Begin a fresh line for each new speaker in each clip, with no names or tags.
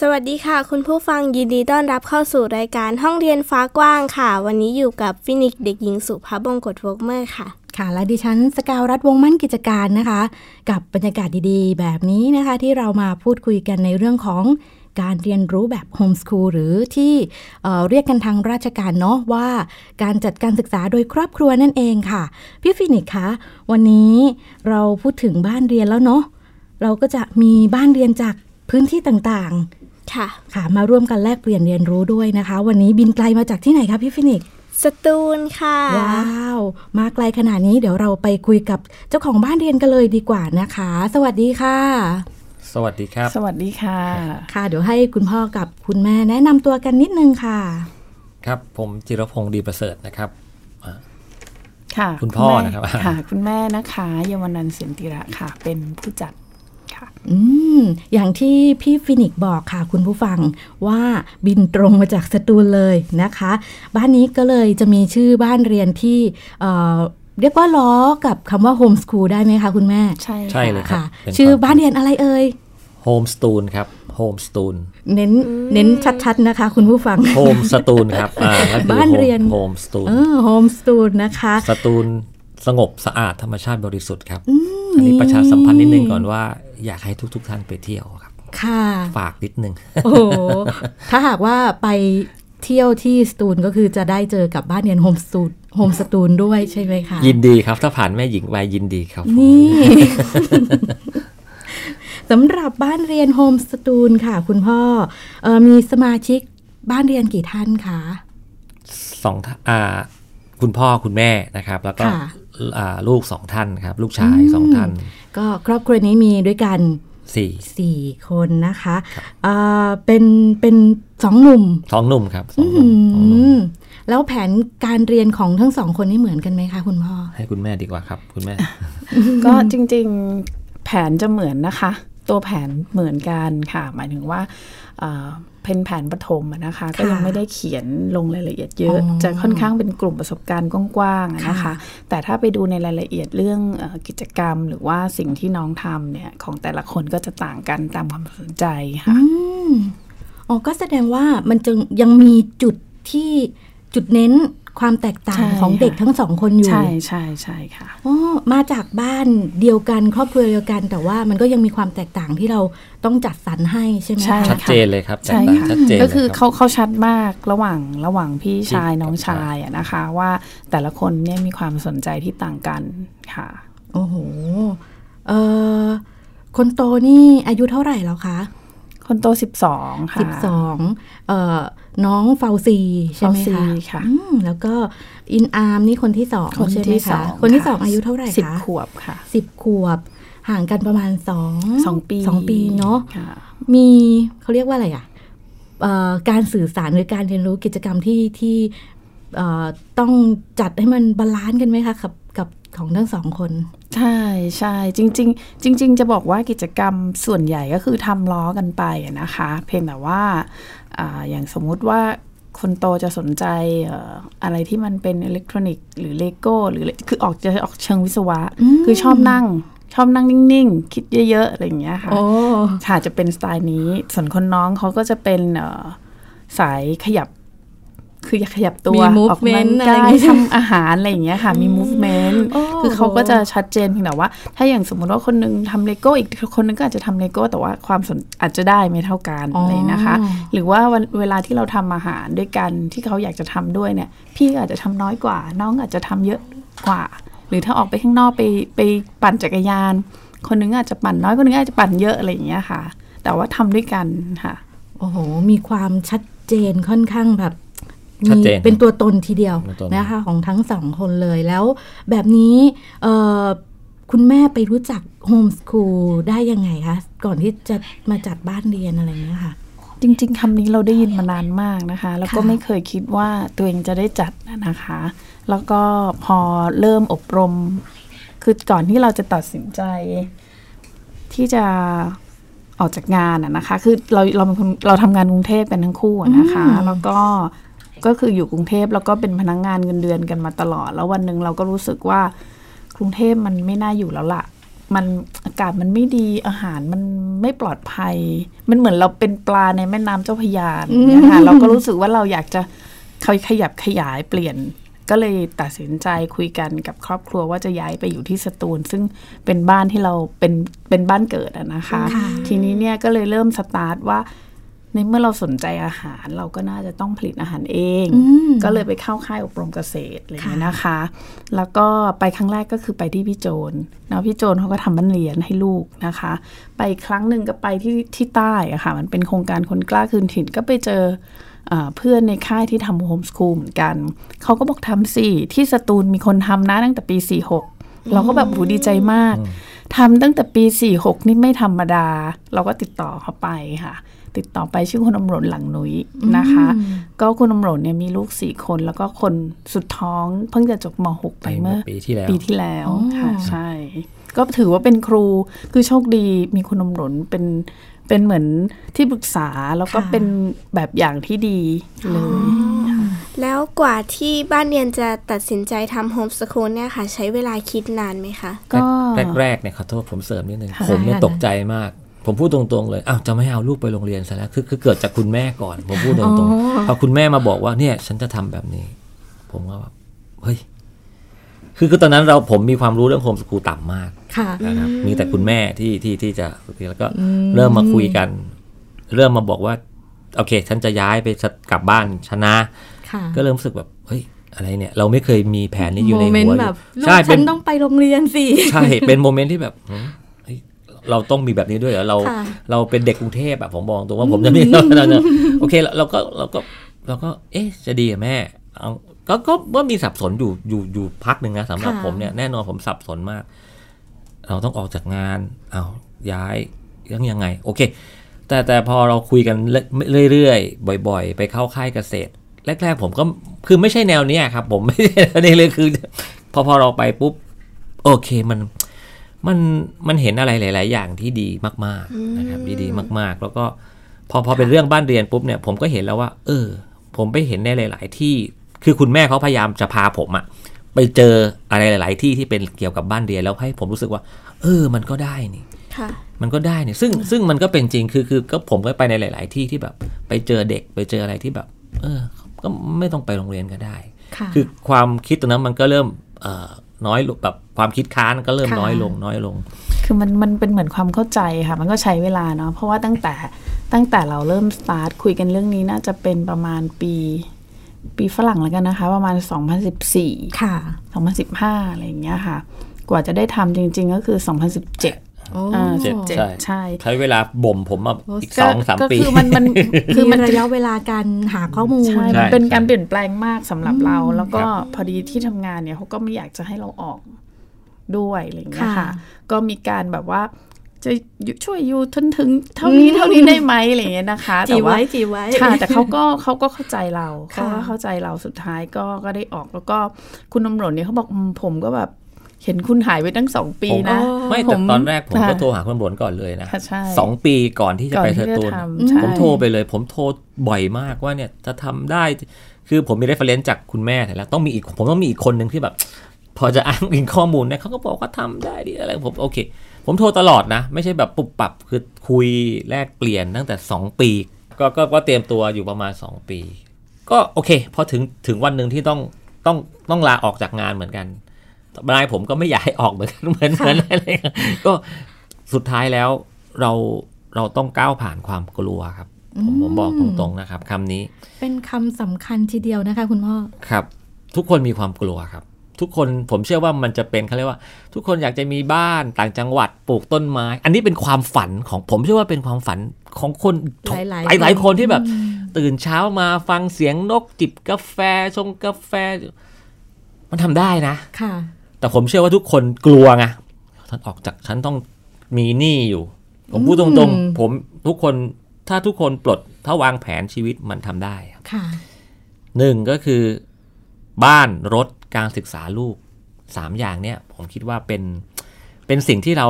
สวัสดีค่ะ คุณผู้ฟังยินดีต้อนรับเข้าสู่รายการห้องเรียนฟ้ากว้างค่ะ วันนี้อยู่กับฟินิกเด็กหญิงสุภาพบงกตวกเมอร์ค่ะ
ค่ะและดิฉันสกาวรัฐวงศ์มั่นกิจการนะคะ กับบรรยากาศดีๆ แบบนี้นะคะ ที่เรามาพูดคุยกันในเรื่องของการเรียนรู้แบบโฮมสคูลหรือที่เอ่อเรียกกันทางราชการเนาะว่าการจัดการศึกษาโดยครอบครัวนั่นเองค่ะ พี่ฟินิกส์คะวันนี้เราพูดถึงบ้านเรียนแล้วเนาะเราก็จะมีบ้านเรียนจากพื้นที่ต่าง
ค่ะ
ๆ ค่ะ มาร่วมกันแลกเปลี่ยนเรียนรู้ด้วยนะคะ วันนี้บินไกลมาจากที่ไหนคะพี่ฟินิกส์
สตูลค่ะ
ว้าว มาไกลขนาดนี้เดี๋ยวเราไปคุยกับเจ้าของบ้านเรียนกันเลยดีกว่านะคะ สวัสดีค่ะ
สวัสดีครับ
สวัสดีค่ะ
ค่ะ เดี๋ยวให้คุณพ่อกับคุณแม่แนะนำตัวกันนิดนึงค่ะ
ครับ ผมจิรพงศ์ดีประเสริฐนะครับอ่า
ค่ะ
คุณพ่อ
แม่
นะครับ
ค่ะ คุณแม่นะคะเยาวนันท์เสียนติระค่ะ เป็นผู้จัดค่ะ
อืม อย่างที่พี่ฟินิกซ์บอกค่ะ คุณผู้ฟังว่าบินตรงมาจากสตูลเลยนะคะ บ้านนี้ก็เลยจะมีชื่อบ้านเรียนที่เอ่อเรียกว่าล้อกับคำว่าโฮมสคูลได้ไหมคะคุณแม่
ใช่
ใช่เลยรับ
ค่ะ
ค่ะ
เป็น
ชื่อ
ความ
บ้านเรียนอะไรเอ่ย
โฮมสตูนครับโฮมสตูน
เน้น เน้นชัดๆนะคะ คุณผู้ฟัง
โฮมสตูนครับ อ่าก็คือ
บ้านเรียน
โฮมสตูน
เออโฮมสตูนนะคะ
สตูนสงบสะอาดธรรมชาติบริสุทธิ์ครับ อันนี้ประชาสัมพันธ์นิดนึงก่อนว่าอยากให้ทุกๆท่านไปเที่ยวครับ
ค่ะ
ฝากนิดนึง
โอ้โห ถ้าหากว่าไปเที่ยวที่สตูลก็คือจะได้เจอกับบ้านเรียนโฮมสตูนโฮมสตูนด้วยใช่ไหมคะ
ยินดีครับ ถ้าผ่านแม่หญิงไปยินดีครับผม
นี่ สำหรับบ้านเรียนโฮมสตูนค่ะ คุณพ่อเออมีสมาชิกบ้านเรียนกี่ท่านคะ
สองท่านอ่า คุณพ่อคุณแม่นะครับ แล้วก็
ค่ะ
อ่าลูกสองท่านครับ ลูกชายสองท่าน
ก็ครอบครัวนี้มีด้วยกัน
สี่
4 คนนะคะเอ่อเป็นเป็นสองหนุ่ม
สองหนุ่มครับสองห
อื
นุ่มสองหนุ่ม
มแล้วแผนการเรียนของทั้งสองคนนี่เหมือนกันไหมคะคุณพ่อ
ให้คุณแม่ดีกว่าครับ คุณแม่
ก็จริงๆแผนจะเหมือนนะคะ ตัวแผนเหมือนกันค่ะ หมายถึงว่าเอ่อเป็นแผนปฐมอะนะคะ ก็ยังไม่ได้เขียนลงรายละเอียดเยอะ
อ๋อ
จะค่อนข้างเป็นกลุ่มประสบการณ์กว้างๆอะนะ
ค่ะ
คะ แต่ถ้าไปดูในรายละเอียดเรื่องเออกิจกรรม หรือว่าสิ่งที่น้องทำเนี่ยของแต่ละคนก็จะต่างกันตามความสนใจค่ะ
อืมอ๋อก็แสดงว่ามันจึงยังมีจุดที่จุดเน้นความแตกต่า
ใช่
งของ
ค่ะ
เด็กทั้งสองคนอยู่
ใช่ใช่ใช่ค่ะ
อ๋อมาจากบ้านเดียวกันครอบครัวเดียวกัน แต่ว่ามันก็ยังมีความแตกต่างที่เราต้องจัดสรรให้ใช่ไหม
ใช่
คะ
ชัดเจนเลยครับ
ใช่
จัด
ค่ะ
ตั้งชัดเจนลย
ก็คือ
รับ
เขาเขาชัดมากระหว่างระหว่างพี่ชาย
จริง
น้อง
ครับ
ชายอะนะคะ ว่าแต่ละคนเนี่ยมีความสนใจที่ต่างกันค่ะ
โอ้โหเอ่อคนโตนี่อายุเท่าไหร่แล้วคะ
คนโต 12 ค่ะ
สิบสองเอ่อน้องเฟาซีใช่
ใช่
ไห
ไห
ม
ม
คะ
ค่ะ
อืมแล้วก็อินอาร์มนี่คนที่สอง
คน
ใช่ไหม
ที่ส
คะ
อง
คนที่
ะ
สองอายุเท่าไหร่
สิบ
คะ
ขวบค่ะ
สิบขวบ ห่างกันประมาณสอง
สองปี
สองปีเนาะ
ค่
มีเขาเรียกว่าอะไรอ่ะเอ่อการสื่อสารหรือการเรียนรู้กิจกรรมที่ที่เอ่อต้องจัดให้มันบาลานซ์กันไหมคะกับกับของทั้งสองคน
ใช่ใช่จริง ๆ จริง ๆ จะบอกว่ากิจกรรมส่วนใหญ่ก็คือทำล้อกันไปอะนะคะ เพียงแต่ว่าอ่าอย่างสมมุติว่าคนโตจะสนใจเอ่ออะไรที่มันเป็นอิเล็กทรอนิกส์หรือเลโก้หรืออะไรคือออกจะออกเชิงวิศวะ คือชอบนั่ง ชอบนั่งนิ่ง ๆ คิดเยอะ ๆ อะไรอย่างเงี้ยค่ะ
โอ้
ค่ะจะเป็นสไตล์นี้ ส่วนคนน้องเขาก็จะเป็นเอ่อสายขยับ คืออยากขยับตัว
มี
ออก
movement
กำลัง
อะไร
กา
อย่าย งงี้
ทำอาหารอะไรอย่างเงี้ยค่ะ มี movement
โอ้
คือเขาก็จะชัดเจนเพียงแต่ว่า ถ้าอย่างสมมติว่าคนนึงทำเลโก้อีกคนนึงก็อาจจะทำเลโก้แต่ว่าความสนอาจจะได้ไม่เท่ากันอะไรนะคะ หรือว่าวันเวลาที่เราทำอาหารด้วยกันที่เขาอยากจะทำด้วยเนี่ย พี่ก็อาจจะทำน้อยกว่า น้องอาจจะทำเยอะกว่า หรือถ้าออกไปข้างนอกไปไปปั่นจักรยาน คนนึงอาจจะปั่นน้อยคนนึงอาจจะปั่นเยอะอะไรอย่างเงี้ยค่ะ แต่ว่าทำด้วยกันค่ะ
โอ้โห มีความชัดเจนค่อนข้างแบบ
ชัดเจน
มีเป็นตัวตนทีเดียว
เป็นตัวตน
นะคะของทั้งสองคนเลยแล้ว แบบนี้เอ่อคุณแม่ไปรู้จักโฮมสคูลได้ยังไงคะ ก่อนที่จะมาจัดบ้านเรียนอะไรเงี้ยค่ะ
จริง ๆคำนี้เราได้ยินมานานมากนะคะ แล้วก็ไม่เคยคิดว่าตัวเองจะได้จัดนะคะ แล้วก็พอเริ่มอบรม คือก่อนที่เราจะตัดสินใจ ที่จะออกจากงานอะนะคะ คือเราเราเป็นคนเราทำงานกรุงเทพกันทั้งคู่อะนะคะ แล้วก็ก็คืออยู่กรุงเทพแล้วก็เป็นพนักงานเงินเดือนกันมาตลอด แล้ววันหนึ่งเราก็รู้สึกว่า กรุงเทพมันไม่น่าอยู่แล้วล่ะ มันอากาศมันไม่ดีอาหารมันไม่ปลอดภัย มันเหมือนเราเป็นปลาในแม่น้ำเจ้าพระยาอย่างเนี่ยค่ะเราก็รู้สึกว่าเราอยากจะขยขยับขยายเปลี่ยน ก็เลยตัดสินใจคุยกันกับครอบครัวว่าจะย้ายไปอยู่ที่สตูล ซึ่งเป็นบ้านที่เราเป็นเป็นบ้านเกิดอะนะคะ ทีนี้เนี่ยก็เลยเริ่มสตาร์ทว่า ในเมื่อเราสนใจอาหารเราก็น่าจะต้องผลิตอาหารเอง ก็เลยไปเข้าค่ายอบรมเกษตรอะไรอย่างเงี้ยนะคะ แล้วก็ไปครั้งแรกก็คือไปที่พี่โจนเนาะพี่โจนเขาก็ทำบ้านเรียนให้ลูกนะคะ ไปอีกครั้งหนึ่งก็ไปที่ที่ใต้อะค่ะ มันเป็นโครงการคนกล้าคืนถิ่นก็ไปเจอเอ่อเพื่อนในค่ายที่ทำโฮมสคูลเหมือนกัน เขาก็บอกทำสิที่สตูลมีคนทำนะตั้งแต่ปี 46 เราก็แบบโหดีใจมากทำตั้งแต่ปี 46 นี่ไม่ธรรมดา เราก็ติดต่อเขาไปค่ะ ติดต่อไปชื่อคุณอมรนหลังหนุยนะคะ ก็คุณอมรนเนี่ยมีลูกสี่คนแล้วก็คนสุดท้องเพิ่งจะจบม .6 ไปเมื่อ
ไปเมื่อปีที่แล้ว
ปีที่แล้วค่ะใช่ ก็ถือว่าเป็นครูคือโชคดีมีคุณอมรนเป็นเป็นเหมือนที่ปรึกษาแล้วก็
ค่ะ
เป็นแบบอย่างที่ดีเลย
แล้วกว่าที่บ้านเรียนจะตัดสินใจทำโฮมสคูลเนี่ยค่ะ ใช้เวลาคิดนานไหมคะ
ก็
แรกแรกๆเนี่ยขอโทษผมเสริมนิดนึงผมเนี่ยตกใจมาก ผมพูดตรงๆเลยอ้าวจะไม่เอาลูกไปโรงเรียนซะแล้วคือคือเกิดจากคุณแม่ก่อน ผมพูดตรงๆพอคุณแม่มาบอกว่าเนี่ยฉันจะทำแบบนี้ ผมก็แบบเฮ้ยคือคือตอนนั้นเราผมมีความรู้เรื่องโฮมสกูลต่ำมาก
ค่ะ
นะครับมีแต่คุณแม่ที่ที่ที่จะแล้วก็เริ่มมาคุยกัน เริ่มมาบอกว่า โอเค ฉันจะย้ายไปสกลับบ้านชนะ
ค่ะ
ก็เริ่มรู้สึกแบบเฮ้ยอะไรเนี่ย เราไม่เคยมีแผนนี้อยู่ใน
โมเมน
หัว
ต์
เล
แบ
ย
บลูก
ใช่
ฉั
เป็น
นต้องไปโรงเรียน สิ
ใช่ เป็นโมเมนต์ที่แบบหืมเฮ้ยเราต้องมีแบบนี้ด้วยเหรอเรา
ค่ะ
เราเป็นเด็กกรุงเทพอะผมบอกตรงว่าผมจะไม่ เราเราเราโอเคเราเราก็เราก็เราก็ เอ๊ะจะดีเหรอแม่เอาก็ก็ว่ามีสับสนอยู่อยู่อยู่พักหนึ่งนะสำหรับ
ค่ะ
ผมเนี่ยแน่นอนผมสับสนมาก เราต้องออกจากงานเอาย้ายยังยังไง โอเค แต่แต่พอเราคุยกันเรื่อยเรื่อยๆบ่อย ๆ ไปเข้าค่ายเกษตร แรก ๆ ผมก็คือไม่ใช่แนวเนี้ยครับ ผมไม่ใช่แนวนี้เลยคือ พอพอเราไปปุ๊บ โอเคมัน มันมันเห็นอะไรหลาย ๆ อย่างที่ดีมาก ๆ นะครับดีๆมาก ๆ แล้วก็พอพอเป็นเรื่องบ้านเรียนปุ๊บเนี่ย ผมก็เห็นแล้วว่า เออ ผมไปเห็นในหลาย ๆ ที่ คือคุณแม่เขาพยายามจะพาผมอะไปเจออะไรหลาย ๆ ที่ที่เป็นเกี่ยวกับบ้านเรียนแล้วให้ผมรู้สึกว่า เออ มันก็ได้นี่
ค่ะ
มันก็ได้เนี่ยซึ่งซึ่งมันก็เป็นจริงคือคือก็ผมก็ไปในหลาย ๆ ที่ที่แบบ ไปเจอเด็กไปเจออะไรที่แบบ เออ ก็ไม่ต้องไปโรงเรียนก็ได้
ค่ะ
คือความคิดตรงนั้นมันก็เริ่มเอ่อน้อยลงแบบความคิดค้านก็เริ่ม
ค่ะ
น้อยลงน้อยลง
คือมันมันเป็นเหมือนความเข้าใจค่ะ มันก็ใช้เวลาเนาะเพราะว่าตั้งแต่ตั้งแต่เราเริ่มสตาร์ทคุยกันเรื่องนี้น่าจะเป็นประมาณปี ปีฝรั่งแล้วกันนะคะ ประมาณ 2014
ค่ะ
2015 อะไรอย่างเงี้ยค่ะ กว่าจะได้ทำจริง ๆ ก็คือ 2017
โอ้
อ่า
เจ็ด
17
ใช่
ใช่
ใช้เวลาบ่มผมมา
โอ้
อีกสองสาม
ก็
ปี
คือ มันมัน
คื
คือ อ
มั
มัน น
ระยะเวลาการหาข้อมูล
ใช่
ใช่
มันเป็น
ใช่
การเปลี่ยนแปลงมากสำหรับเรา แล้วก็พอดีที่ทำงานเนี่ยเขาก็ไม่อยากจะให้เราออกด้วยอะไรอย่างเงี้ย
ค่ะ
ค่ะ ก็มีการแบบว่าจะช่วยอยู่ทนถึงเท่านี้เท่า นี้ได้ไหมอะไรอย่างเงี้ยนะคะ
จี
แต่ว่า
ไว้จีไว้
ค่ะ แต่เขาก็ เขาก็เข้าใจเราเขา
ค่ะ
ก็เข้าใจเราสุดท้ายก็ก็ได้ออกแล้วก็คุณตำรวจเนี่ยเขาบอกอืมผมก็แบบเห็นคุณหายไปตั้งสองปี
ผม
นะ
ไม่แต่ตอนแรกผมก็
ค่ะ
โทรหาคุณตำรวจก่อนเลยนะ
ค่ะใช่
สองปีก่อนที่จะ
ก่อน
ไป
ที่
เทอร์ตูน
จะทำใช่
ผมโทรไปเลย ผมโทรบ่อยมากว่าเนี่ยจะทำได้ คือผมมีเรฟเฟรนซ์จากคุณแม่แต่แล้วต้องมีอีกผมต้องมีอีกคนหนึ่งที่แบบ พอจะอ้างอิงข้อมูลเนี่ยเขาก็บอกว่าทำได้ดีอะไรผมโอเค ผมโทรตลอดนะ ไม่ใช่แบบปุบปับคือคุยแลกเปลี่ยนตั้งแต่ 2 ปีก็ก็ก็เตรียมตัวอยู่ประมาณ 2 ปี ก็โอเคพอถึงถึงวันหนึ่งที่ต้องต้องต้องลาออกจากงานเหมือนกันนายผมก็ไม่อยากให้ออกเหมือน กันเหมือนกันอะไรอย่างเงี้ยก็สุดท้ายแล้วเราเราต้องก้าวผ่านความกลัวครับ ผมผมบอกตรงๆนะครับคำนี้
เป็นคำสำคัญทีเดียวนะคะคุณพ่อ
ครับทุกคนมีความกลัวครับ ทุกคนผมเชื่อว่ามันจะเป็นเขาเรียกว่า ทุกคนอยากจะมีบ้านต่างจังหวัดปลูกต้นไม้ อันนี้เป็นความฝันของผมเชื่อว่าเป็นความฝันของคน
หลายๆ
หลายหลายๆคนที่แบบ
อืม
ตื่นเช้ามาฟังเสียงนกจิบกาแฟชงกาแฟ มันทำได้นะ
ค่ะ
แต่ผมเชื่อว่าทุกคนกลัวไงฉันออกจากฉันต้องมีหนี้อยู่ ผมพูดตรงๆ ผมทุกคน ถ้าทุกคนปลดถ้าวางแผนชีวิตมันทำได้ครับ
ค่ะ
หนึ่งก็คือบ้านรถการศึกษาลูกสามอย่างเนี้ยผมคิดว่าเป็นเป็นสิ่งที่เรา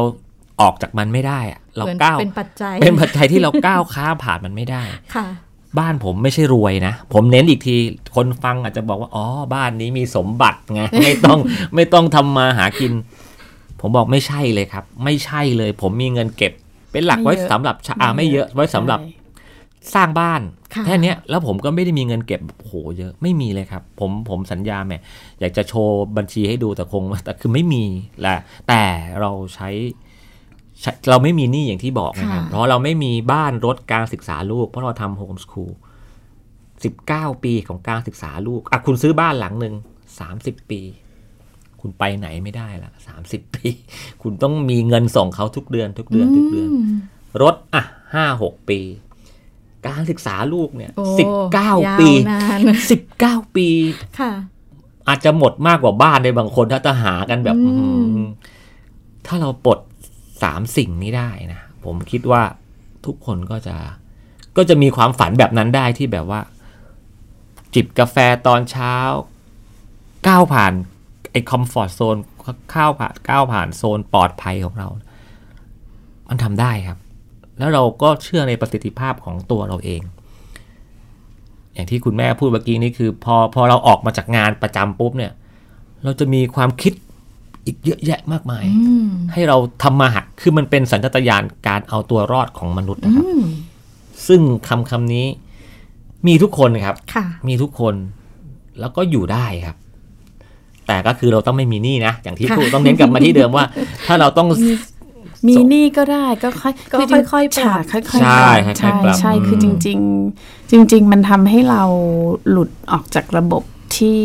ออกจากมันไม่ได้อะเรา
หมือน
ก้าว
เป็นปัจจัย
เป็นปัจจัยที่เราก้าวข้ามผ่านมันไม่ได้
ค่ะ
บ้านผมไม่ใช่รวยนะ ผมเน้นอีกที คนฟังอาจจะบอกว่า อ๋อ บ้านนี้มีสมบัติไง ไม่ต้องไม่ต้องทำมาหากิน ผมบอกไม่ใช่เลยครับ ไม่ใช่เลย ผมมีเงินเก็บ เป็นหลัก
ไม่
ไว้
เยอะ
สำหรับชะอาไม่เยอะไว้สำหรับ
ใช่
สร้างบ้าน
ค่ะ
แค่เนี้ยแล้วผมก็ไม่ได้มีเงินเก็บโอ้โหเยอะไม่มีเลยครับ ผมผมสัญญาแหมอยากจะโชว์บัญชีให้ดูแต่คง ว่าแต่คือไม่มีแหละแต่เราใช้ใช้เราไม่มีหนี้อย่างที่บอกนะครับ
ค่ะ
เพราะเราไม่มีบ้านรถการศึกษาลูก เพราะเราทำโฮมสคูล19 ปีของการศึกษาลูกอ่ะคุณซื้อบ้านหลังหนึ่ง30 ปี คุณไปไหนไม่ได้ละ30 ปี คุณต้องมีเงินส่งเขาทุกเดือน ทุกเดือนทุกเดือน
ม
รถอ่ะห้าหกปี การศึกษาลูกเนี่ย
โอ้
สิบเก้าย
าว
ปี
นาน
สิบเก้าปี
ค่ะ
อาจจะหมดมากกว่าบ้านในบางคนถ้าจะหากันแบบ
อืม
อื้อหือถ้าเราปลดสามสิ่งนี้ได้นะ ผมคิดว่าทุกคนก็จะ ก็จะมีความฝันแบบนั้นได้ที่แบบว่า จิบกาแฟตอนเช้า ก้าวผ่านไอ้คอมฟอร์ z โซนก้าวผ่านก้าวผ่านโซนปลอดภัยของเรา มันทำได้ครับ แล้วเราก็เชื่อในประสิทธิภาพของตัวเราเอง อย่างที่คุณแม่พูดเมื่อกี้นี่คือ พอพอเราออกมาจากงานประจำปุ๊บเนี่ย เราจะมีความคิดอีกเยอะแยะมากมาย
อืม
ให้เราทำมาหักคือมันเป็นสัญชาตญาณการเอาตัวรอดของมนุษย์นะค
อื
รับ
ม
ซึ่งคำคำนี้มีทุกคนครับ
ค่ะ
มีทุกคนแล้วก็อยู่ได้ครับ แต่ก็คือเราต้องไม่มีหนี้นะ อย่างที่
ค่ะ
พูดต้องเน้นกลับมาที่เดิม ว่า ถ้าเราต้อง
มีหนี้ก็ได้ก็ค่อย
ก็
จริง
ค่อยๆปรับ
ฉากค่อยๆ
ใช่
ปรับ
ค่อยๆปรับ
ใช่
อืม
คือจริง ๆ จริง ๆ มันทำให้เราหลุดออกจากระบบที่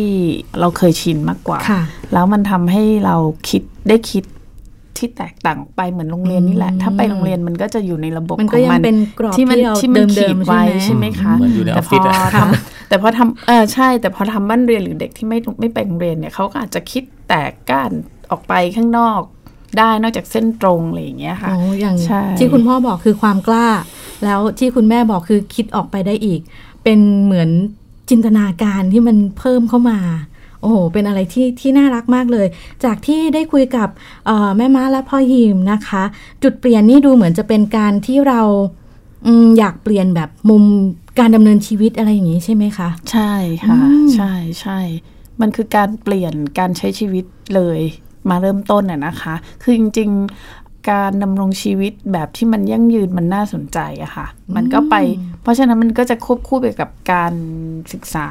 เราเคยชินมากกว่า
ค่ะ
แล้วมันทำให้เราคิดได้คิดที่แตกต่างออกไปเหมือนโรงเรียนนี่แหละ ถ้าไปโรงเรียนมันก็จะอยู่ในระบบ
มัน
ข
ก็
อง
ยัง
มัน
เป็นกรอบที่
มั
เรา
ที่มัน
เดิ
ขี
ม
ด
ๆใช่
ไว้
ไหม
ใช่ไหมคะ
เหมือนอยู่ในอ
แต่
อฟ
พ
ฟิศ
อ
อะ
ทำแต่พอทำเออใช่ แต่พอทำบ้านเรียนหรือเด็กที่ไม่ไม่ไปโรงเรียนเนี่ยเขาก็อาจจะคิดแตกก้านออกไปข้างนอก ได้นอกจากเส้นตรงอะไรอย่างเงี้ยค่ะ
โอ้อย่าง
ใช่
ที่คุณพ่อบอกคือความกล้า แล้วที่คุณแม่บอกคือคิดออกไปได้อีก เป็นเหมือนจินตนาการที่มันเพิ่มเข้ามา โอ้โหเป็นอะไรที่ที่น่ารักมากเลย จากที่ได้คุยกับเอ่อแม่ม้าและพ่อหิมนะคะ จุดเปลี่ยนนี่ดูเหมือนจะเป็นการที่เราอืมอยากเปลี่ยนแบบมุมการดำเนินชีวิตอะไรอย่างนี้ใช่ไหมคะ
ใช่ค่ะ
อืม
ใช่ใช่ มันคือการเปลี่ยนการใช้ชีวิตเลยมาเริ่มต้นน่ะนะคะ คือจริงๆ การดำรงชีวิตแบบที่มันยั่งยืนมันน่าสนใจอะค่ะ มันก็ไป เพราะฉะนั้นมันก็จะควบคู่ไปกับการศึกษา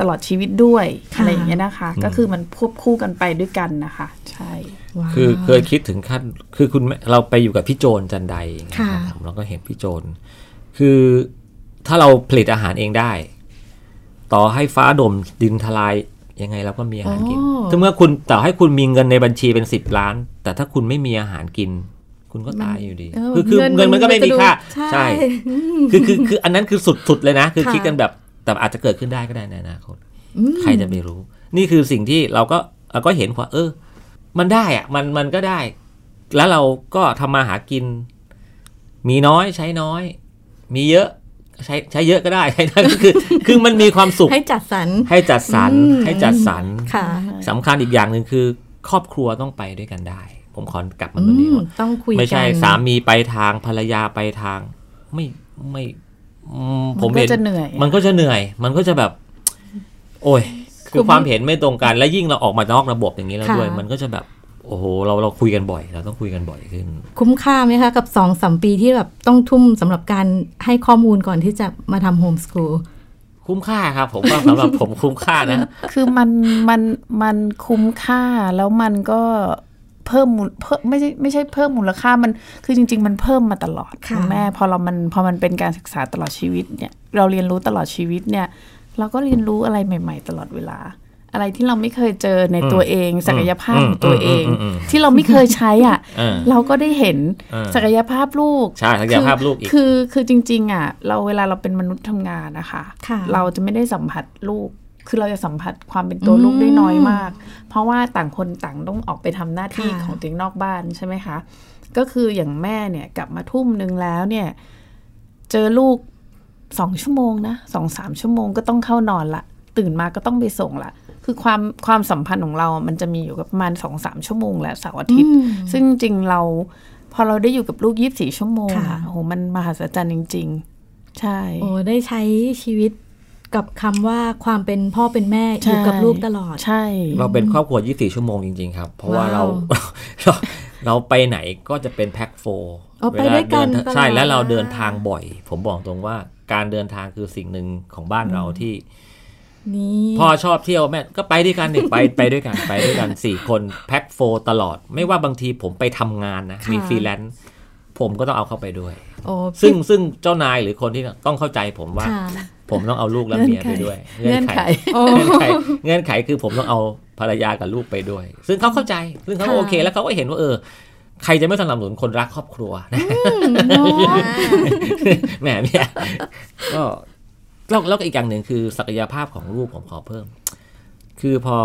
ตลอดชีวิตด้วย
ค่ะ
อะไรอย่างเงี้ยนะคะ ก็คือมันควบคู่กันไปด้วยกันนะคะ ใช่
ว้าว
คือเคยคิดถึงขั้นคือคุณแม่เราไปอยู่กับพี่โจนจันไดอย่างเงี้ย
ค่ะ
ครับเราก็เห็นพี่โจน คือถ้าเราผลิตอาหารเองได้ ต่อให้ฟ้าดมดินทลายยังไงเราก็มีอาหารกิน
อ๋อ
ถึงเมื่อคุณต่อให้คุณมีเงินในบัญชีเป็นสิบล้าน แต่ถ้าคุณไม่มีอาหารกิน คุณก็ตายอยู่ดี
เออ
คือคือเงินมันก็ไม่มีค่า
ใช่
คือคือคืออันนั้นคือสุดสุดเลยนะ คือ
ค่ะ
คิดกันแบบแต่อาจจะเกิดขึ้นได้ก็ได้ในอนาคตใครจะไปรู้ นี่คือสิ่งที่เราก็เราก็เห็นว่า เออ มันได้อะมันมันก็ได้ แล้วเราก็ทำมาหากิน มีน้อยใช้น้อย มีเยอะใช้ใช้เยอะก็ได้ใช้น้อยก็คือ คือมันมีความสุข
ให้จัดสรร
ให้จัดสรร
อืม
ให้จัดสรร
ค่ะ
สำคัญอีกอย่างหนึ่งคือ ครอบครัวต้องไปด้วยกันได้ ผมขอกลับมาตรงนี้ว่า
ต้องคุยกัน
ไม่ใช่สามีไปทางภรรยาไปทาง ไม่ไม่อืมผม
มัน
เห็น
ก็จะเหนื่อย
มันก็จะเหนื่อย มันก็จะแบบ โอ้ย คือความเห็นไม่ตรงกัน และยิ่งเราออกมานอกระบบอย่างนี้แล้ว
ค่ะ
ด้วย มันก็จะแบบโอ้โหเราเราคุยกันบ่อย เราต้องคุยกันบ่อยขึ้น
คุ้มค่าไหมคะ กับสองสามปีที่แบบต้องทุ่มสำหรับการให้ข้อมูลก่อนที่จะมาทำโฮมส o ูล
คุ้มค่าครับ ผมว่าสำหรับ ผมคุ้มค่านะ
คือมันมันมันคุ้มค่าแล้วมันก็เพิ่มมูลเพิ่มไม่ใช่ไม่ใช่เพิ่มมูลค่ามันคือจริง ๆ มันเพิ่มมาตลอด
ค่ะ
ณแม่พอเรามันพอมันเป็นการศึกษาตลอดชีวิตเนี่ย เราเรียนรู้ตลอดชีวิตเนี่ย เราก็เรียนรู้อะไรใหม่ ๆ ตลอดเวลา อะไรที่เราไม่เคยเจอในตัวเอง ศักยภาพของตัวเอง
อืมอืมอืม
ที่เราไม่เคยใช้อ่ะ
เออ
เราก็ได้เห็น
เออ
ศักยภาพลูก
ใช่ทักษะภาพลูกอีก
คือคือจริง ๆ อ่ะ เราเวลาเราเป็นมนุษย์ทำงานนะคะ
ค่ะ
เราจะไม่ได้สัมผัสลูก คือเราจะสัมผัสความเป็นตัวลูกได้น้อยมาก เพราะว่าต่างคนต่างต้องออกไปทำหน้าที่
ค่ะ
ของตัวเองนอกบ้านใช่ไหมคะ ก็คืออย่างแม่เนี่ยกลับมาทุ่มนึงแล้วเนี่ย เจอลูกสองชั่วโมงนะสองสามชั่วโมงก็ต้องเข้านอนละตื่นมาก็ต้องไปส่งละคือความความสัมพันธ์ของเรา มันจะมีอยู่กับประมาณสองสามชั่วโมงแหละเสาร์อาทิตย์ ซึ่งจริงๆเรา พอเราได้อยู่กับลูกยี่บสี่ชั่วโมง
ค่ะ
อะโอ้โหมันมหัศจรรย์จริง ๆ ใช่
โอ้ได้ใช้ชีวิตกับคำว่าความเป็นพ่อเป็นแม่
ใช่
อยู่กับลูกตลอด
ใช่
เราเป็นครอบครัว 24 ชั่วโมงจริง ๆ ครับ เพราะว่า
ว้า
เรา
ว
เรา เราไปไหนก็จะเป็นแพ็คโฟร์
อ๋อไป
เา
ด้วยกัน
เทาง
ตลอด
ใช่แล้วเราเดินทางบ่อย ผมบอกตรงว่าการเดินทางคือสิ่งหนึ่งของบ้านเราที่
นี่
พ่อชอบเที่ยวแม่ก็ไปด้วยกันเด็กไป ไปด้วยกันไปด้วยกันสี่คนแพ็คโฟร์ตลอด ไม่ว่าบางทีผมไปทำงานนะ มีฟรีแลนซ์ผมก็ต้องเอาเข้าไปด้วย
โอ้
ซึ่งซึ่งเจ้านายหรือคนที่ต้องเข้าใจผมว่า
ค่ะ
ผมต้องเอาลูกและเมียไปด้วย
เงื่อนไข
เงื่อนไขเงื่อนไขคือผมต้องเอาภรรยากับลูกไปด้วย ซึ่งเขาเข้าใจ ซึ่งเขาก็
ค่ะ
โอเค แล้วเขาก็เห็นว่าเออ ใครจะไม่สนับสนุนคนรักครอบครัวนะ แหมเนี่ยก็แล้วแล้วก็อีกอย่างหนึ่งคือศักยภาพของลูกผมขอเพิ่ม คือพอ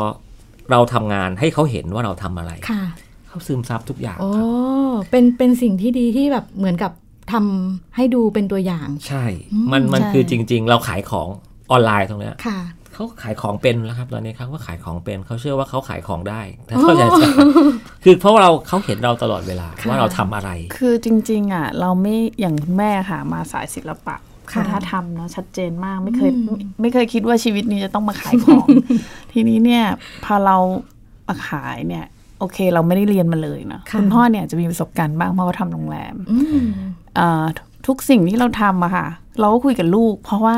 เราทำงานให้เขาเห็นว่าเราทำอะไร
ค่ะ
เขาซึมซับทุกอย่าง
โอ้
ครับ
เป็น เป็นสิ่งที่ดีที่แบบเหมือนกับทำให้ดูเป็นตัวอย่าง
ใช่ มันมัน
ใช่
คือจริง ๆ เราขายของออนไลน์ตรงเนี้ย
ค่ะ
เขาขายของเป็นแล้วครับตอนนี้เขาก็ขายของเป็นเขาเชื่อว่าเขาขายของได้แต่เขาอยากจะ คือเพราะว่าเราเขาเห็นเราตลอดเวลาว่าเราทำอะไร
คือจริง ๆ อ่ะ เราไม่อย่างคุณแม่ค่ะ มาสายศิลปะ
ค่ะ
วัฒนธรรมเนอะชัดเจนมากไม่เคยไม่ไม่เคยคิดว่าชีวิตนี้จะต้องมาขายของ ทีนี้เนี่ยพอเรามาขายเนี่ย โอเคเราไม่ได้เรียนมาเลยเนอะ
ค่ะ
คุณพ่อเนี่ยจะมีประสบการณ์บ้างเพราะว่าทำโรงแรม
อืม
เอ่อทุทุกสิ่งที่เราทำอะค่ะ เราก็คุยกับลูก เพราะว่า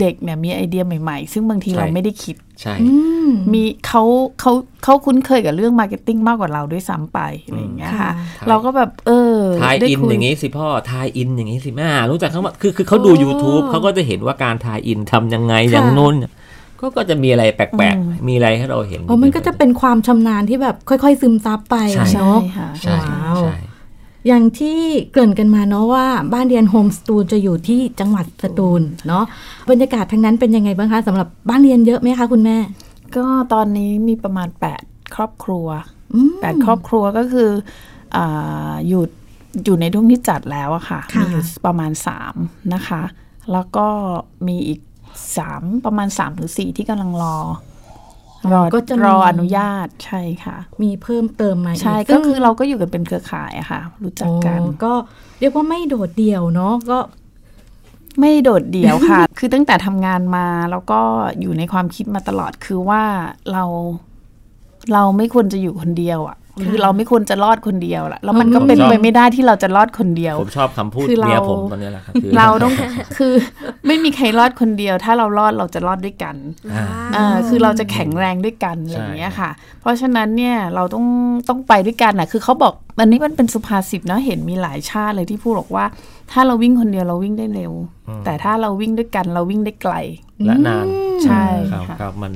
เด็กเนี่ยมีไอเดียใหม่ๆ ซึ่งบางที
ใช่
เราไม่ได้คิด
ใช่
อืม
มีเขาเขาเขาคุ้นเคยกับเรื่องมาร์เก็ตติ้งมากกว่าเราด้วยซ้ำไปอะไรอย่างเงี้ยค่ะ
ค่ะ
เราก็แบบเออ
ทาย
ได้
อิน
คุ
อย่างนี้สิพ่อทายอินอย่างนี้สิแม่รู้จักเขาว่าคือคือเขาดู YouTube เขาก็จะเห็นว่าการทายอินทำยังไงอย่างโน้นก็ก็จะมีอะไรแปลกๆ มีอะไรให้เราเห็น
โอ้มันก็จะเป็นความชำนาญที่แบบค่อย ๆ ซึมซับไป
ใช่
เนาะ
ใช่ค่ะ
ใช่
ว้าว
ใช่
อย่างที่เกริ่นกันมาเนาะว่าบ้านเรียนโฮมสตูลจะอยู่ที่จังหวัดสตูลเนาะ บรรยากาศทางนั้นเป็นยังไงบ้างคะสำหรับบ้านเรียนเยอะไหมคะคุณแม่
ก็ตอนนี้มีประมาณ 8 ครอบครัว
อืม
แปดครอบครัวก็คืออาอยู่อยู่ในทุ่งที่จัดแล้วอะค่ะ
ค่ะ
มีอยู่ประมาณ 3 นะคะ แล้วก็มีอีก 3 ประมาณ 3 หรือ 4 ที่กำลังรอ รอ
ก็จะมี
รออนุญาตใช่ค่ะ
มีเพิ่มเติมมาอีก
ใช่
ซึ่
ก็
ง
คือเราก็อยู่กันเป็นเครือข่ายอะค่ะ รู้จักกัน
อ๋อก็เรียกว่าไม่โดดเดี่ยวเนาะก็
ไม่โดดเดี่ยวค่ะ คือตั้งแต่ทำงานมาแล้วก็อยู่ในความคิดมาตลอดคือว่าเราเราไม่ควรจะอยู่คนเดียวอะ่ะหรือเราไม่ควรจะรอดคนเดียวละแล้วมันก็เป็นไปไม่ได้ที่เราจะรอดคนเดียว
ผมชอบคำพูด
คือเรา
เมียผมตอนนี้แหละครับคือ
เราต้องคือไม่มีใครรอดคนเดียว ถ้าเรารอดเราจะรอดด้วยกัน
อ่า
เออคือเราจะแข็งแรงด้วยกันอะไร
ใช่
อย่างเงี้ยค่ะ เพราะฉะนั้นเนี่ยเราต้องต้องไปด้วยกันนะคือเขาบอกอันนี้มันเป็นสุภาษิตเนาะเห็นมีหลายชาติเลยที่พูดบอกว่า ถ้าเราวิ่งคนเดียวเราวิ่งได้เร็ว แต่ถ้าเราวิ่งด้วยกันเราวิ่งได้ไกล
และนาน
ใช่
ครับ
ค่ะ
ครับมัน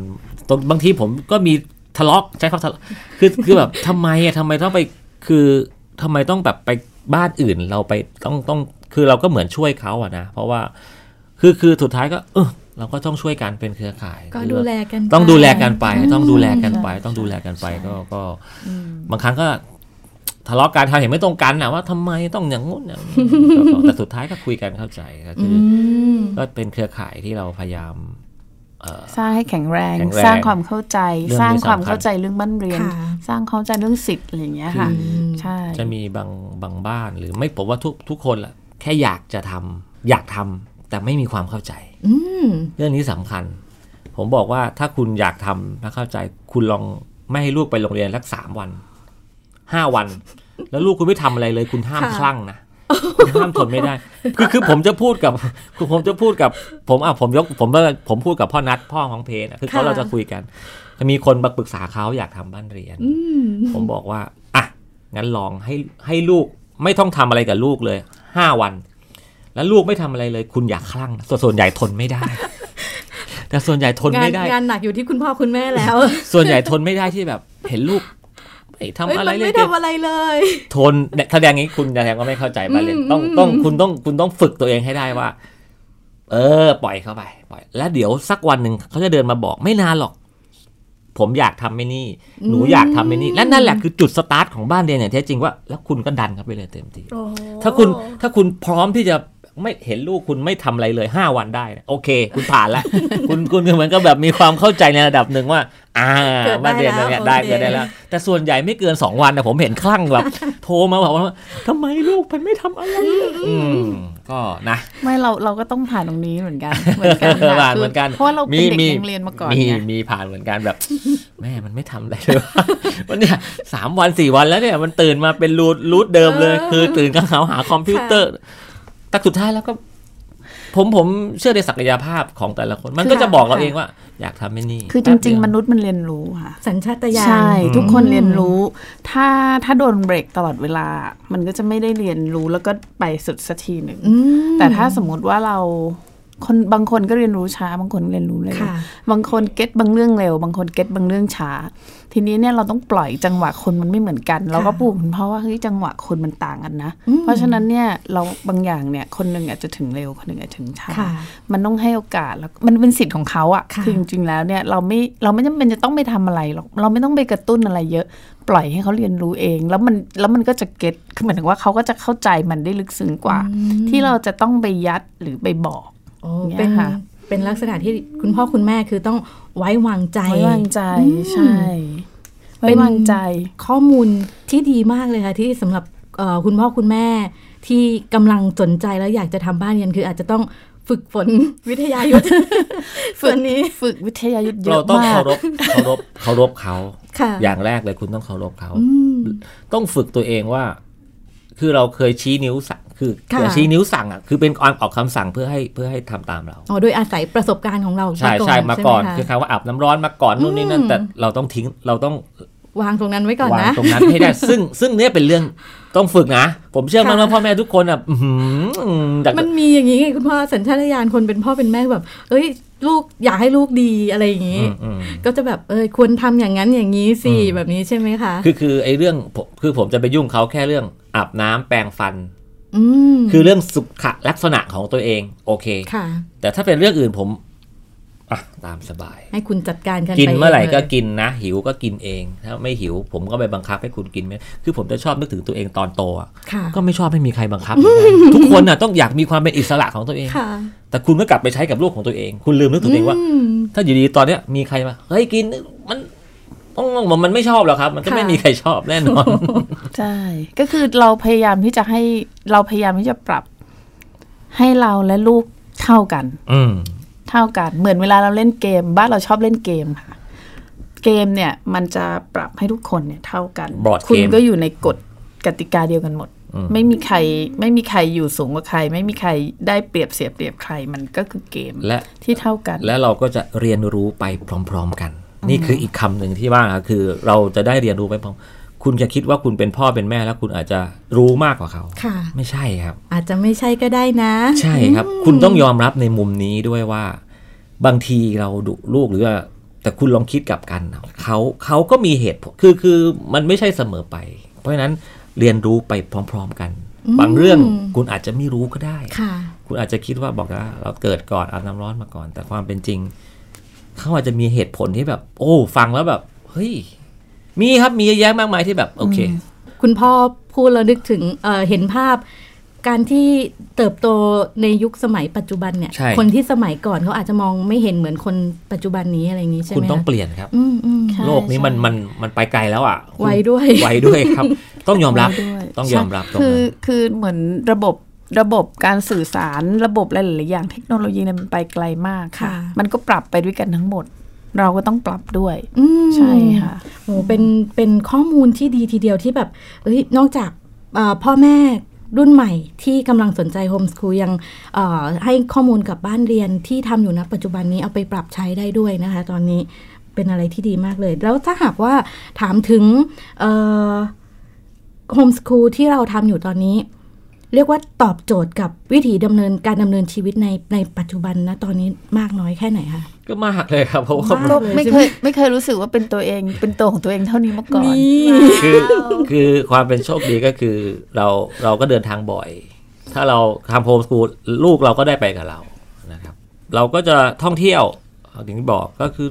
ตอนบางทีผมก็มีทะเลาะใช้คำทะเลาะคือคือแบบทำไมอะทำไมต้องไปคือทำไมต้องแบบไปบ้านอื่นเราไปต้องต้องคือเราก็เหมือนช่วยเขาอะนะเพราะว่าคือคือสุดท้ายก็เออเราก็ต้องช่วยกันเป็นเครือข่าย
ก็ดูแลกันไป
ต้องดูแลกันไป ต้องดูแลกันไป ต้องดูแลกันไปก็ก็บางครั้งก็ทะเลาะกันทำเห็นไม่ตรงกันนะว่าทำไมต้องอย่างงู้นอย่างนี้ ก็แต่สุดท้ายก็คุยกันเข้าใจก็คืออ ก็เป็นเครือข่ายที่เราพยายาม เอ่อ
สร้างให้แข็งแรง
แข็งแรง
สร้างความเข้าใจ
เรื่องนี้
สร้างความ
สำคัญ
เข้าใจเรื่องบ้านเรียน
ค่ะ
สร้างความเข้าใจเรื่องสิทธิ์อะไรอย่างเงี้ยค่ะ ใช่
จะมีบางบางบ้านหรือไม่ผมว่าทุกทุกคนแหละแค่อยากจะทำอยากทำแต่ไม่มีความเข้าใจ
อืม
เรื่องนี้สำคัญ ผมบอกว่าถ้าคุณอยากทำและเข้าใจ คุณลองไม่ให้ลูกไปโรงเรียนสักสามวันห้าวัน แล้วลูกคุณไม่ทำอะไรเลย คุณห้ามคลั่งนะคุณห้ามทนไม่ได้ คือคือผมจะพูดกับคือผมจะพูดกับผมอ่ะผมยกผมว่าผมพูดกับพ่อนัดพ่อของเพนอะคือเขาเราจะคุยกันมีคนมาปรึกษาเขาอยากทำบ้านเรียน ผมบอกว่าอ่ะงั้นลองให้ให้ลูกไม่ต้องทำอะไรกับลูกเลยห้าวัน แล้วลูกไม่ทำอะไรเลย คุณอย่าคลั่งนะส่วนส่วนใหญ่ทนไม่ได้ แต่ส่วนใหญ่ทน
งาน
ไม่ได้
งานหนักอยู่ที่คุณพ่อคุณแม่แล้ว
ส่วนใหญ่ทนไม่ได้ที่แบบ เห็นลูกไม่ทำอะไร
มัน
เลย
ไม่ทำอะไรเลย
ทนเนี่ยแสดงนี้คุณแสดงว่าไม่เข้าใจมาเลยนต้องต้องคุณต้องคุณต้องฝึกตัวเองให้ได้ว่า เออ ปล่อยเข้าไปปล่อย แล้วเดี๋ยวสักวันหนึ่งเขาจะเดินมาบอกไม่นานหรอก ผมอยากทำไม่นี่ หนูอยากทำไม่นี่ และนั่นแหละคือจุดสตาร์ทของบ้านเรียนอย่างแท้จริงว่า แล้วคุณก็ดันเขาไปเลยเต็มที่ ถ้าคุณถ้าคุณพร้อมที่จะ ไม่เห็นลูกคุณไม่ทำอะไรเลย 5 วันได้นะโอเค คุณผ่านละ คุณคุณเหมือนก็แบบมีความเข้าใจในระดับหนึ่งว่า อ่า
เกิดได้
มาเรียนอะไรเนี่ย
แล้ว
ได้
โอเค
เกิดได้แล้ว แต่ส่วนใหญ่ไม่เกิน 2 วันนะผมเห็นคลั่งแบบ โทรมาบอกว่าทำไมลูกมันไม่ทำอะไรเลยอืมก็นะ
ไม่เราเราก็ต้องผ่านตรงนี้เหมือนกันเหมือนกันค่ะ
ผ่านเหมือนกัน
คืเพราะว่าเราเป็นเด็กโรงเรียนมาก่อน
มี
ไง
มีผ่านเหมือนกันแบบ แม่มันไม่ทำอะไรเลยว ะ มันเนี่ยสามวันสี่วันแล้วเนี่ย มันตื่นมาเป็นรูทรูทเดิมเลย คือตื่นก็หาหาคอมพิวเตอร์ แต่สุดท้ายแล้วก็ ผมผมเชื่อในศักยภาพของแต่ละคน มันก็
ค่ะ
จะบอกเรา
ค่ะ
เองว่า อยากทำไม่นี่
คือจ
แป๊บ
ริง
เดียว
ๆ มนุษย์มันเรียนรู้ค่ะ
สัญชาตญา
ใช่
ณ
ทุกคนเรียนรู้ ถ้าถ้าโดนเบรกตลอดเวลา มันก็จะไม่ได้เรียนรู้แล้วก็ไปสุดสักทีหนึ่งแต่ถ้าสมมติว่าเราคนบางคนก็เรียนรู้ช้า บางคนเรียนรู้เร็ว
ค่ะ
บางคนเก็ตบางเรื่องเร็ว บางคนเก็ตบางเรื่องช้า ทีนี้เนี่ยเราต้องปล่อยจังหวะคนมันไม่เหมือนกัน เราก็ปลูกคุณพ่อว่าเฮ้ยจังหวะคนมันต่างกันนะ เพราะฉะนั้นเนี่ยเราบางอย่างเนี่ยคนหนึ่งอาจจะถึงเร็วคนหนึ่งอาจจะถึงช้า
ค่ะ
มันต้องให้โอกาสแล้วมันเป็นสิทธิ์ของเขาอะ
ค่ะ
คือจริงๆแล้วเนี่ยเราไม่เราไม่จำเป็นจะต้องไปทำอะไรหรอกเราไม่ต้องไปกระตุ้นอะไรเยอะ ปล่อยให้เขาเรียนรู้เอง แล้วมันแล้วมันก็จะเก็ตคือหมายถึงว่าเขาก็จะเข้าใจมันได้ลึกซึ้งกว่า ที่เราจะต้องไปยัดหรือไปบอก
โอ้
เนี่ย
เป็น
ค่ะ
เป็นลักษณะที่คุณพ่อคุณแม่คือต้องไว้วางใจ
ไว้วางใจใช่ไว้วางใจ
ข้อมูลที่ดีมากเลยค่ะ ที่สำหรับเอ่อคุณพ่อคุณแม่ ที่กำลังสนใจแล้วอยากจะทำบ้านเรียนคืออาจจะต้องฝึกฝน วิทยายุท ธ ส่วนนี้
ฝึกวิทยายุทธ์เย
เรา
อะ
ต้อง
มาก
เคารพเคารพเคารพเขา
ค่ะ
อย่างแรกเลยคุณต้องเคารพเขา ต้องฝึกตัวเองว่า คือเราเคยชี้นิ้วสั่งคือ
ค่ะ
อย่าชี้นิ้วสั่งอ่ะคือเป็นการออกคำสั่งเพื่อให้เพื่อให้ทำตามเรา
อ๋อโดยอาศัยประสบการณ์ของเรา
ใช่ใช่มาก่อน
ใช่ไห
คือ
คะ
คำว่าอาบน้ำร้อนมาก่อนนู่นนี่นั่น
อืม
แต่เราต้องทิ้งเราต้อง
วางตรงนั้นไว้ก่อน
วาง
นะ
ตรงนั้นให้ได้ ซึ่งซึ่งเนี่ยเป็นเรื่องต้องฝึกนะ ผมเชื่อมัน
ค่ะ
ว่าพ่อแม่ทุกคนอ่ะอื้อหืออยาก
มันมีอย่างนี้ไงคุณพ่อสัญชาตญาณคนเป็นพ่อเป็นแม่แบบ เอ้ย ลูกอยากให้ลูกดีอะไรอย่างนี้
อืมอืม
ก็จะแบบเออควรทำอย่างนั้นอย่างนี้สิ
อืม
แบบนี้ใช่ไหมคะ
คือคือไอ้เรื่องผมคือผมจะไปยุ่งเขาแค่เรื่องอาบน้ำแปรงฟัน
อืม
คือเรื่องสุขลักษณะของตัวเอง โอเค
ค่ะ
แต่ถ้าเป็นเรื่องอื่นผมอ่ะตามสบาย
ให้คุณจัดการกัน
กิน
ป
เมื่อไหร่ก็
ลย
กินนะ หิวก็กินเอง ถ้าไม่หิว ผมก็ไปบังคับให้คุณกินไม่คือผมจะชอบนึกถึงตัวเองตอนโตอะ
ค่ะ
ก็ไม่ชอบให้มีใครบังคับ เหมือนกันทุกคนน่ะต้องอยากมีความเป็นอิสระของตัวเอง
ค่ะ
แต่คุณก็กลับไปใช้กับลูกของตัวเอง คุณลืมนึกถึงตัวเองว่า
อืม
ถ้าอยู่ดีๆตอนเนี้ยมีใครมาเฮ้ยกินมันต้องมันมันไม่ชอบหรอกครับ มันก็ไม่
ค่ะ
มีใครชอบแน่นอน
ใช่ก็คือเราพยายามที่จะให้เราพยายามที่จะปรับ ให้เราและลูกเท่ากัน
อืม
เท่ากันเหมือนเวลาเราเล่นเกม บ้านเราชอบเล่นเกมค่ะ เกมเนี่ยมันจะปรับให้ทุกคนเนี่ยเท่ากัน
Board
คุณ
game
ก็อยู่ในกฎกติกาเดียวกันหมด
อืม
ไม่มีใครไม่มีใครอยู่สูงกว่าใคร ไม่มีใครได้เปรียบเสียเปรียบใครมันก็คือเกม
และ
ที่เท่ากัน
และเราก็จะเรียนรู้ไปพร้อม ๆกัน นี่คืออีกคำหนึ่งที่ว่าคือ เราจะได้เรียนรู้ไปพร้อมคุณจะคิดว่าคุณเป็นพ่อเป็นแม่แล้วคุณอาจจะรู้มากกว่าเขา
ค่ะ
ไม่ใช่ครับ
อาจจะไม่ใช่ก็ได้นะ
ใช่ครับ คุณต้องยอมรับในมุมนี้ด้วยว่า บางทีเราดุลูกหรือว่าแต่คุณลองคิดกลับกันนะเขาเขาก็มีเหตุผลคือคือมันไม่ใช่เสมอไป เพราะฉะนั้นเรียนรู้ไปพร้อม ๆ กัน บางเรื่องคุณอาจจะไม่รู้ก็ได้
ค่ะ
คุณอาจจะคิดว่าบอกว่าเราเกิดก่อนอาบน้ำร้อนมาก่อน แต่ความเป็นจริง เขาอาจจะมีเหตุผลที่แบบ โอ้ฟังแล้วแบบ เฮ้ย มีครับมีเยอะแยะมากมายที่แบบ โอเค
คุณพ่อพูดแล้วนึกถึงเอ่อเห็นภาพ การที่เติบโตในยุคสมัยปัจจุบันเนี่ย
ใช่
คนที่สมัยก่อนเขาอาจจะมองไม่เห็นเหมือนคนปัจจุบันนี้อะไรอย่างนี้ใช่ไหม
คุณต้อง
ะ
เปลี่ยนครับ
อืมอืม
ใช่
โลกนี้มันมันมันไปไกลแล้วอ่ะคุณ
ไวด้วย
ไวด้วยครับ ต้องยอมรับ
ไว้ด้วย
ต้องยอมรับตรง
คือ
นั้น
คือเหมือนระบบระบบการสื่อสารระบบหลายๆอย่างเทคโนโลยีเนี่ยมันไปไกลมากค่ะ
ค่ะ
มันก็ปรับไปด้วยกันทั้งหมด เราก็ต้องปรับด้วย
อืม
ใช่ค่ะ
โอ้เป็นเป็นข้อมูลที่ดีทีเดียวที่แบบเอ้ยนอกจากเอ่อพ่อแม่รุ่นใหม่ที่กำลังสนใจโฮมส o ูลยังเอ่อให้ข้อมูลกับบ้านเรียนที่ทำอยู่ณปัจจุบันนี้เอาไปปรับใช้ได้ด้วยนะคะ ตอนนี้เป็นอะไรที่ดีมากเลย แล้วถ้าหากว่าถามถึงโฮมส o ูลที่เราทำอยู่ตอนนี้ เรียกว่าตอบโจทย์กับวิถีดำเนินการดำเนินชีวิตในในปัจจุบันนะตอนนี้มากน้อยแค่ไหนคะ
ก็มากเลยครับเพราะว่า
มา
ก็
กเลย
ไม่
ใช่
เค
ไหม
ยไม่เคยรู้สึกว่าเป็นตัวเองเป็นตัวของตัวเองเท่านี้มาก่อน
คือคือความเป็นโชคดีก็คือเราเราก็เดินทางบ่อย ถ้าเราทำโฮมสกูลลูกเราก็ได้ไปกับเรานะครับ เราก็จะท่องเที่ยวอย่างที่บอกก็คือ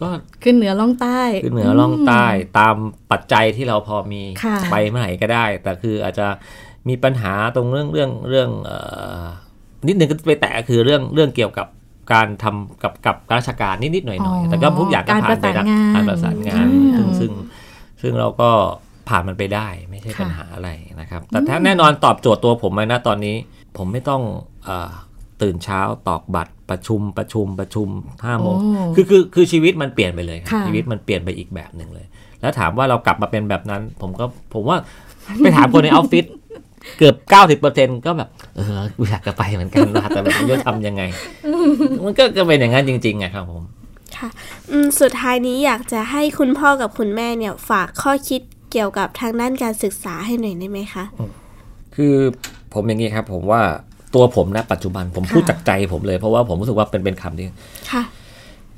ก็
ขึ้นเหนือล่องใต้
ขึ้นเหนือล่องใต้ตามปัจจัยที่เราพอมี
ค่ะ
ไปเมื่อไหร่ก็ได้ แต่คืออาจจะมีปัญหาตรงเรื่องเรื่องเรื่องเอ่อ นิดนึงก็ไปแตะคือเรื่องเรื่องเกี่ยวกับการทำกับกับราชการนิดๆหน่
อ๋
อย
อ
ๆแต่ก็ทุกอย่างก็
การ
ผ่านไป
ประสาน
ได้
งาน
การประสานงานซึ่งซึ่งซึ่งเราก็ผ่านมันไปได้ไม่ใช่
ค่ะ
ปัญหาอะไรนะครับ แต่ถ้าแน่นอนตอบโจทย์ตัวผมไหมนะตอนนี้ ผมไม่ต้องเอ่อตื่นเช้าตอกบัตรประชุมประชุมประชุมห้าโมง
โอ้
คือคือคือชีวิตมันเปลี่ยนไปเลยครับ
ค่ะ
ชีวิตมันเปลี่ยนไปอีกแบบหนึ่งเลย แล้วถามว่าเรากลับมาเป็นแบบนั้น ผมก็ผมว่า ไปถามคนในออฟฟิศเกือบ 90%ก็แบบ เออกูอยากจะไปเหมือนกันว่ะแต่แบบไม่รู้จะทำยังไง มันก็ก็เป็นอย่างนั้นจริงๆอะครับผม
อืมสุดท้ายนี้อยากจะให้คุณพ่อกับคุณแม่เนี่ยฝากข้อคิดเกี่ยวกับทางด้านการศึกษาให้หน่อยได้ไหมคะ
คือผมอย่างนี้ครับ ผมว่าตัวผมนะปัจจุบันผมพูดจากใจผมเลยเพราะว่าผมรู้สึกว่าเป็นเป็นคำที่
ค่ะ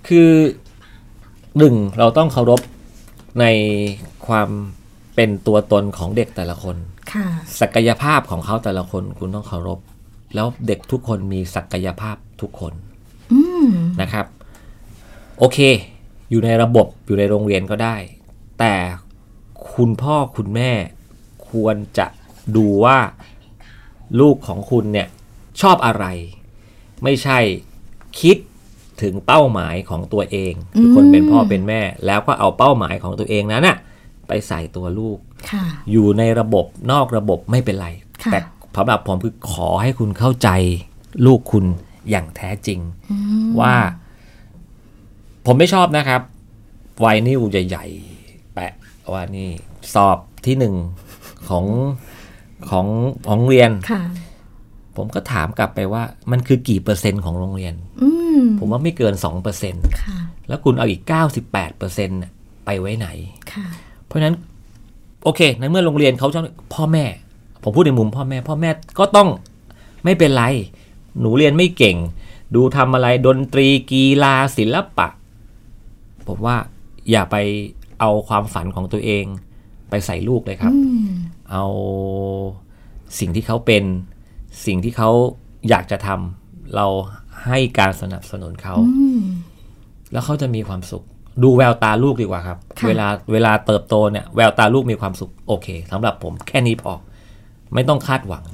คือหนึ่งเราต้องเคารพในความเป็นตัวตนของเด็กแต่ละคน
ค่ะ
ศักยภาพของเขาแต่ละคนคุณต้องเคารพ แล้วเด็กทุกคนมีศักยภาพทุกคน
อืม
นะครับ โอเค อยู่ในระบบอยู่ในโรงเรียนก็ได้ แต่คุณพ่อคุณแม่ควรจะดูว่าลูกของคุณเนี่ยชอบอะไร ไม่ใช่คิดถึงเป้าหมายของตัวเองคือคนเป็นพ่อเป็นแม่ แล้วก็เอาเป้าหมายของตัวเองนั้นน่ะไปใส่ตัวลูก
ค่ะ
อยู่ในระบบนอกระบบไม่เป็นไร
ค่ะ
แต่สำหรับผมคือขอให้คุณเข้าใจลูกคุณอย่างแท้จริง
อืม
ว่า ผมไม่ชอบนะครับ ไวนิลใหญ่ๆ แปะว่านี่ สอบที่หนึ่งของของของโรงเรียน
ค่ะ
ผมก็ถามกลับไปว่า มันคือกี่เปอร์เซ็นต์ของโรงเรียน
อืม
ผมว่าไม่เกิน 2%เปอร์เซ็นต์
ค่ะ
แล้วคุณเอาอีก 98%เปอร์เซ็นต์ไปไว้ไหน
ค่ะ
เพราะฉะนั้นโอเคในเมื่อโรงเรียนเขาชอบพ่อแม่ ผมพูดในมุมพ่อแม่ พ่อแม่ก็ต้องไม่เป็นไร หนูเรียนไม่เก่ง ดูทำอะไรดนตรีกีฬาศิลปะ ผมว่าอย่าไปเอาความฝันของตัวเอง ไปใส่ลูกเลยครับ
อืม
เอาสิ่งที่เขาเป็นสิ่งที่เขาอยากจะทำเราให้การสนับสนุนเขา
อืม
แล้วเขาจะมีความสุข ดูแววตาลูกดีกว่าครับ
ค่ะ
เวลาเวลาเติบโตเนี่ยแววตาลูกมีความสุขโอเคสำหรับผมแค่นี้พอ ไม่ต้องคาดหวัง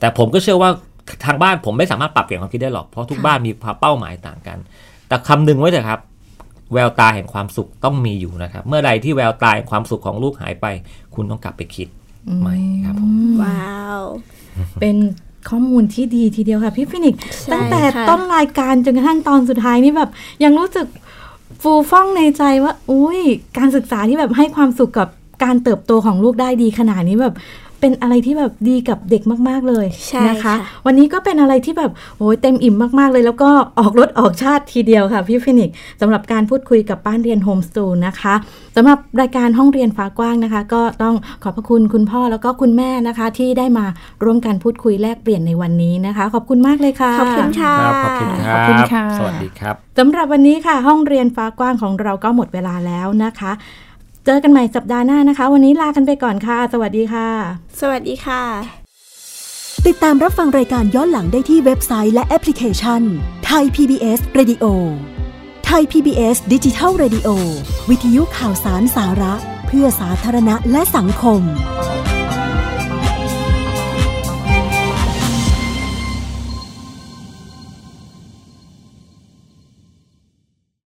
แต่ผมก็เชื่อว่าทางบ้านผมไม่สามารถปรับเปลี่ยนความคิดได้หรอก เพราะทุกบ้านมีเป้าหมายต่างกัน แต่คำนึงไว้เถอะครับ แววตาแห่งความสุขต้องมีอยู่นะครับ เมื่อใดที่แววตาแห่งความสุขของลูกหายไป คุณต้องกลับไปคิดใหม่ครับผม
ว้าว
เป็นข้อมูลที่ดีทีเดียวค่ะพี่ฟินิกซ์
ใช่
ตั้งแต่
ค่ะ
ต้นรายการจนกระทั่งตอนสุดท้ายนี่แบบ ยังรู้สึกฟูฟ่องในใจว่า อุ้ยการศึกษาที่แบบให้ความสุขกับการเติบโตของลูกได้ดีขนาดนี้แบบ เป็นอะไรที่แบบดีกับเด็กมาก ๆ เลย
ใช่
นะคะ
ค่ะ
วันนี้ก็เป็นอะไรที่แบบโอ้ยเต็มอิ่มมาก ๆ เลย แล้วก็ออกรถออกชาติทีเดียวค่ะพี่ฟินิกซ์สำหรับการพูดคุยกับบ้านเรียนโฮมสตูลนะคะสำหรับรายการห้องเรียนฟ้ากว้างนะคะ ก็ต้องขอบพระคุณคุณพ่อแล้วก็คุณแม่นะคะ ที่ได้มาร่วมกันพูดคุยแลกเปลี่ยนในวันนี้นะคะ ขอบคุณมากเลยค่ะ
ขอบคุณค่ะ
ครับขอบคุณครั
ขอบคุณ
บ
ค่ะ
สวัสดีครับ
สำหรับวันนี้ค่ะ ห้องเรียนฟ้ากว้างของเราก็หมดเวลาแล้วนะคะ เจอกันใหม่สัปดาห์หน้านะคะ วันนี้ลากันไปก่อนค่ะ สวัสดีค่ะ
สวัสดีค่ะ
ติดตามรับฟังรายการย้อนหลังได้ที่เว็บไซต์และแอปพลิเคชันไทย PBS Radio ไทย PBS ดิจิทัล Radio วิทยุข่าวสารสาระ เพื่อสาธารณะและสังคม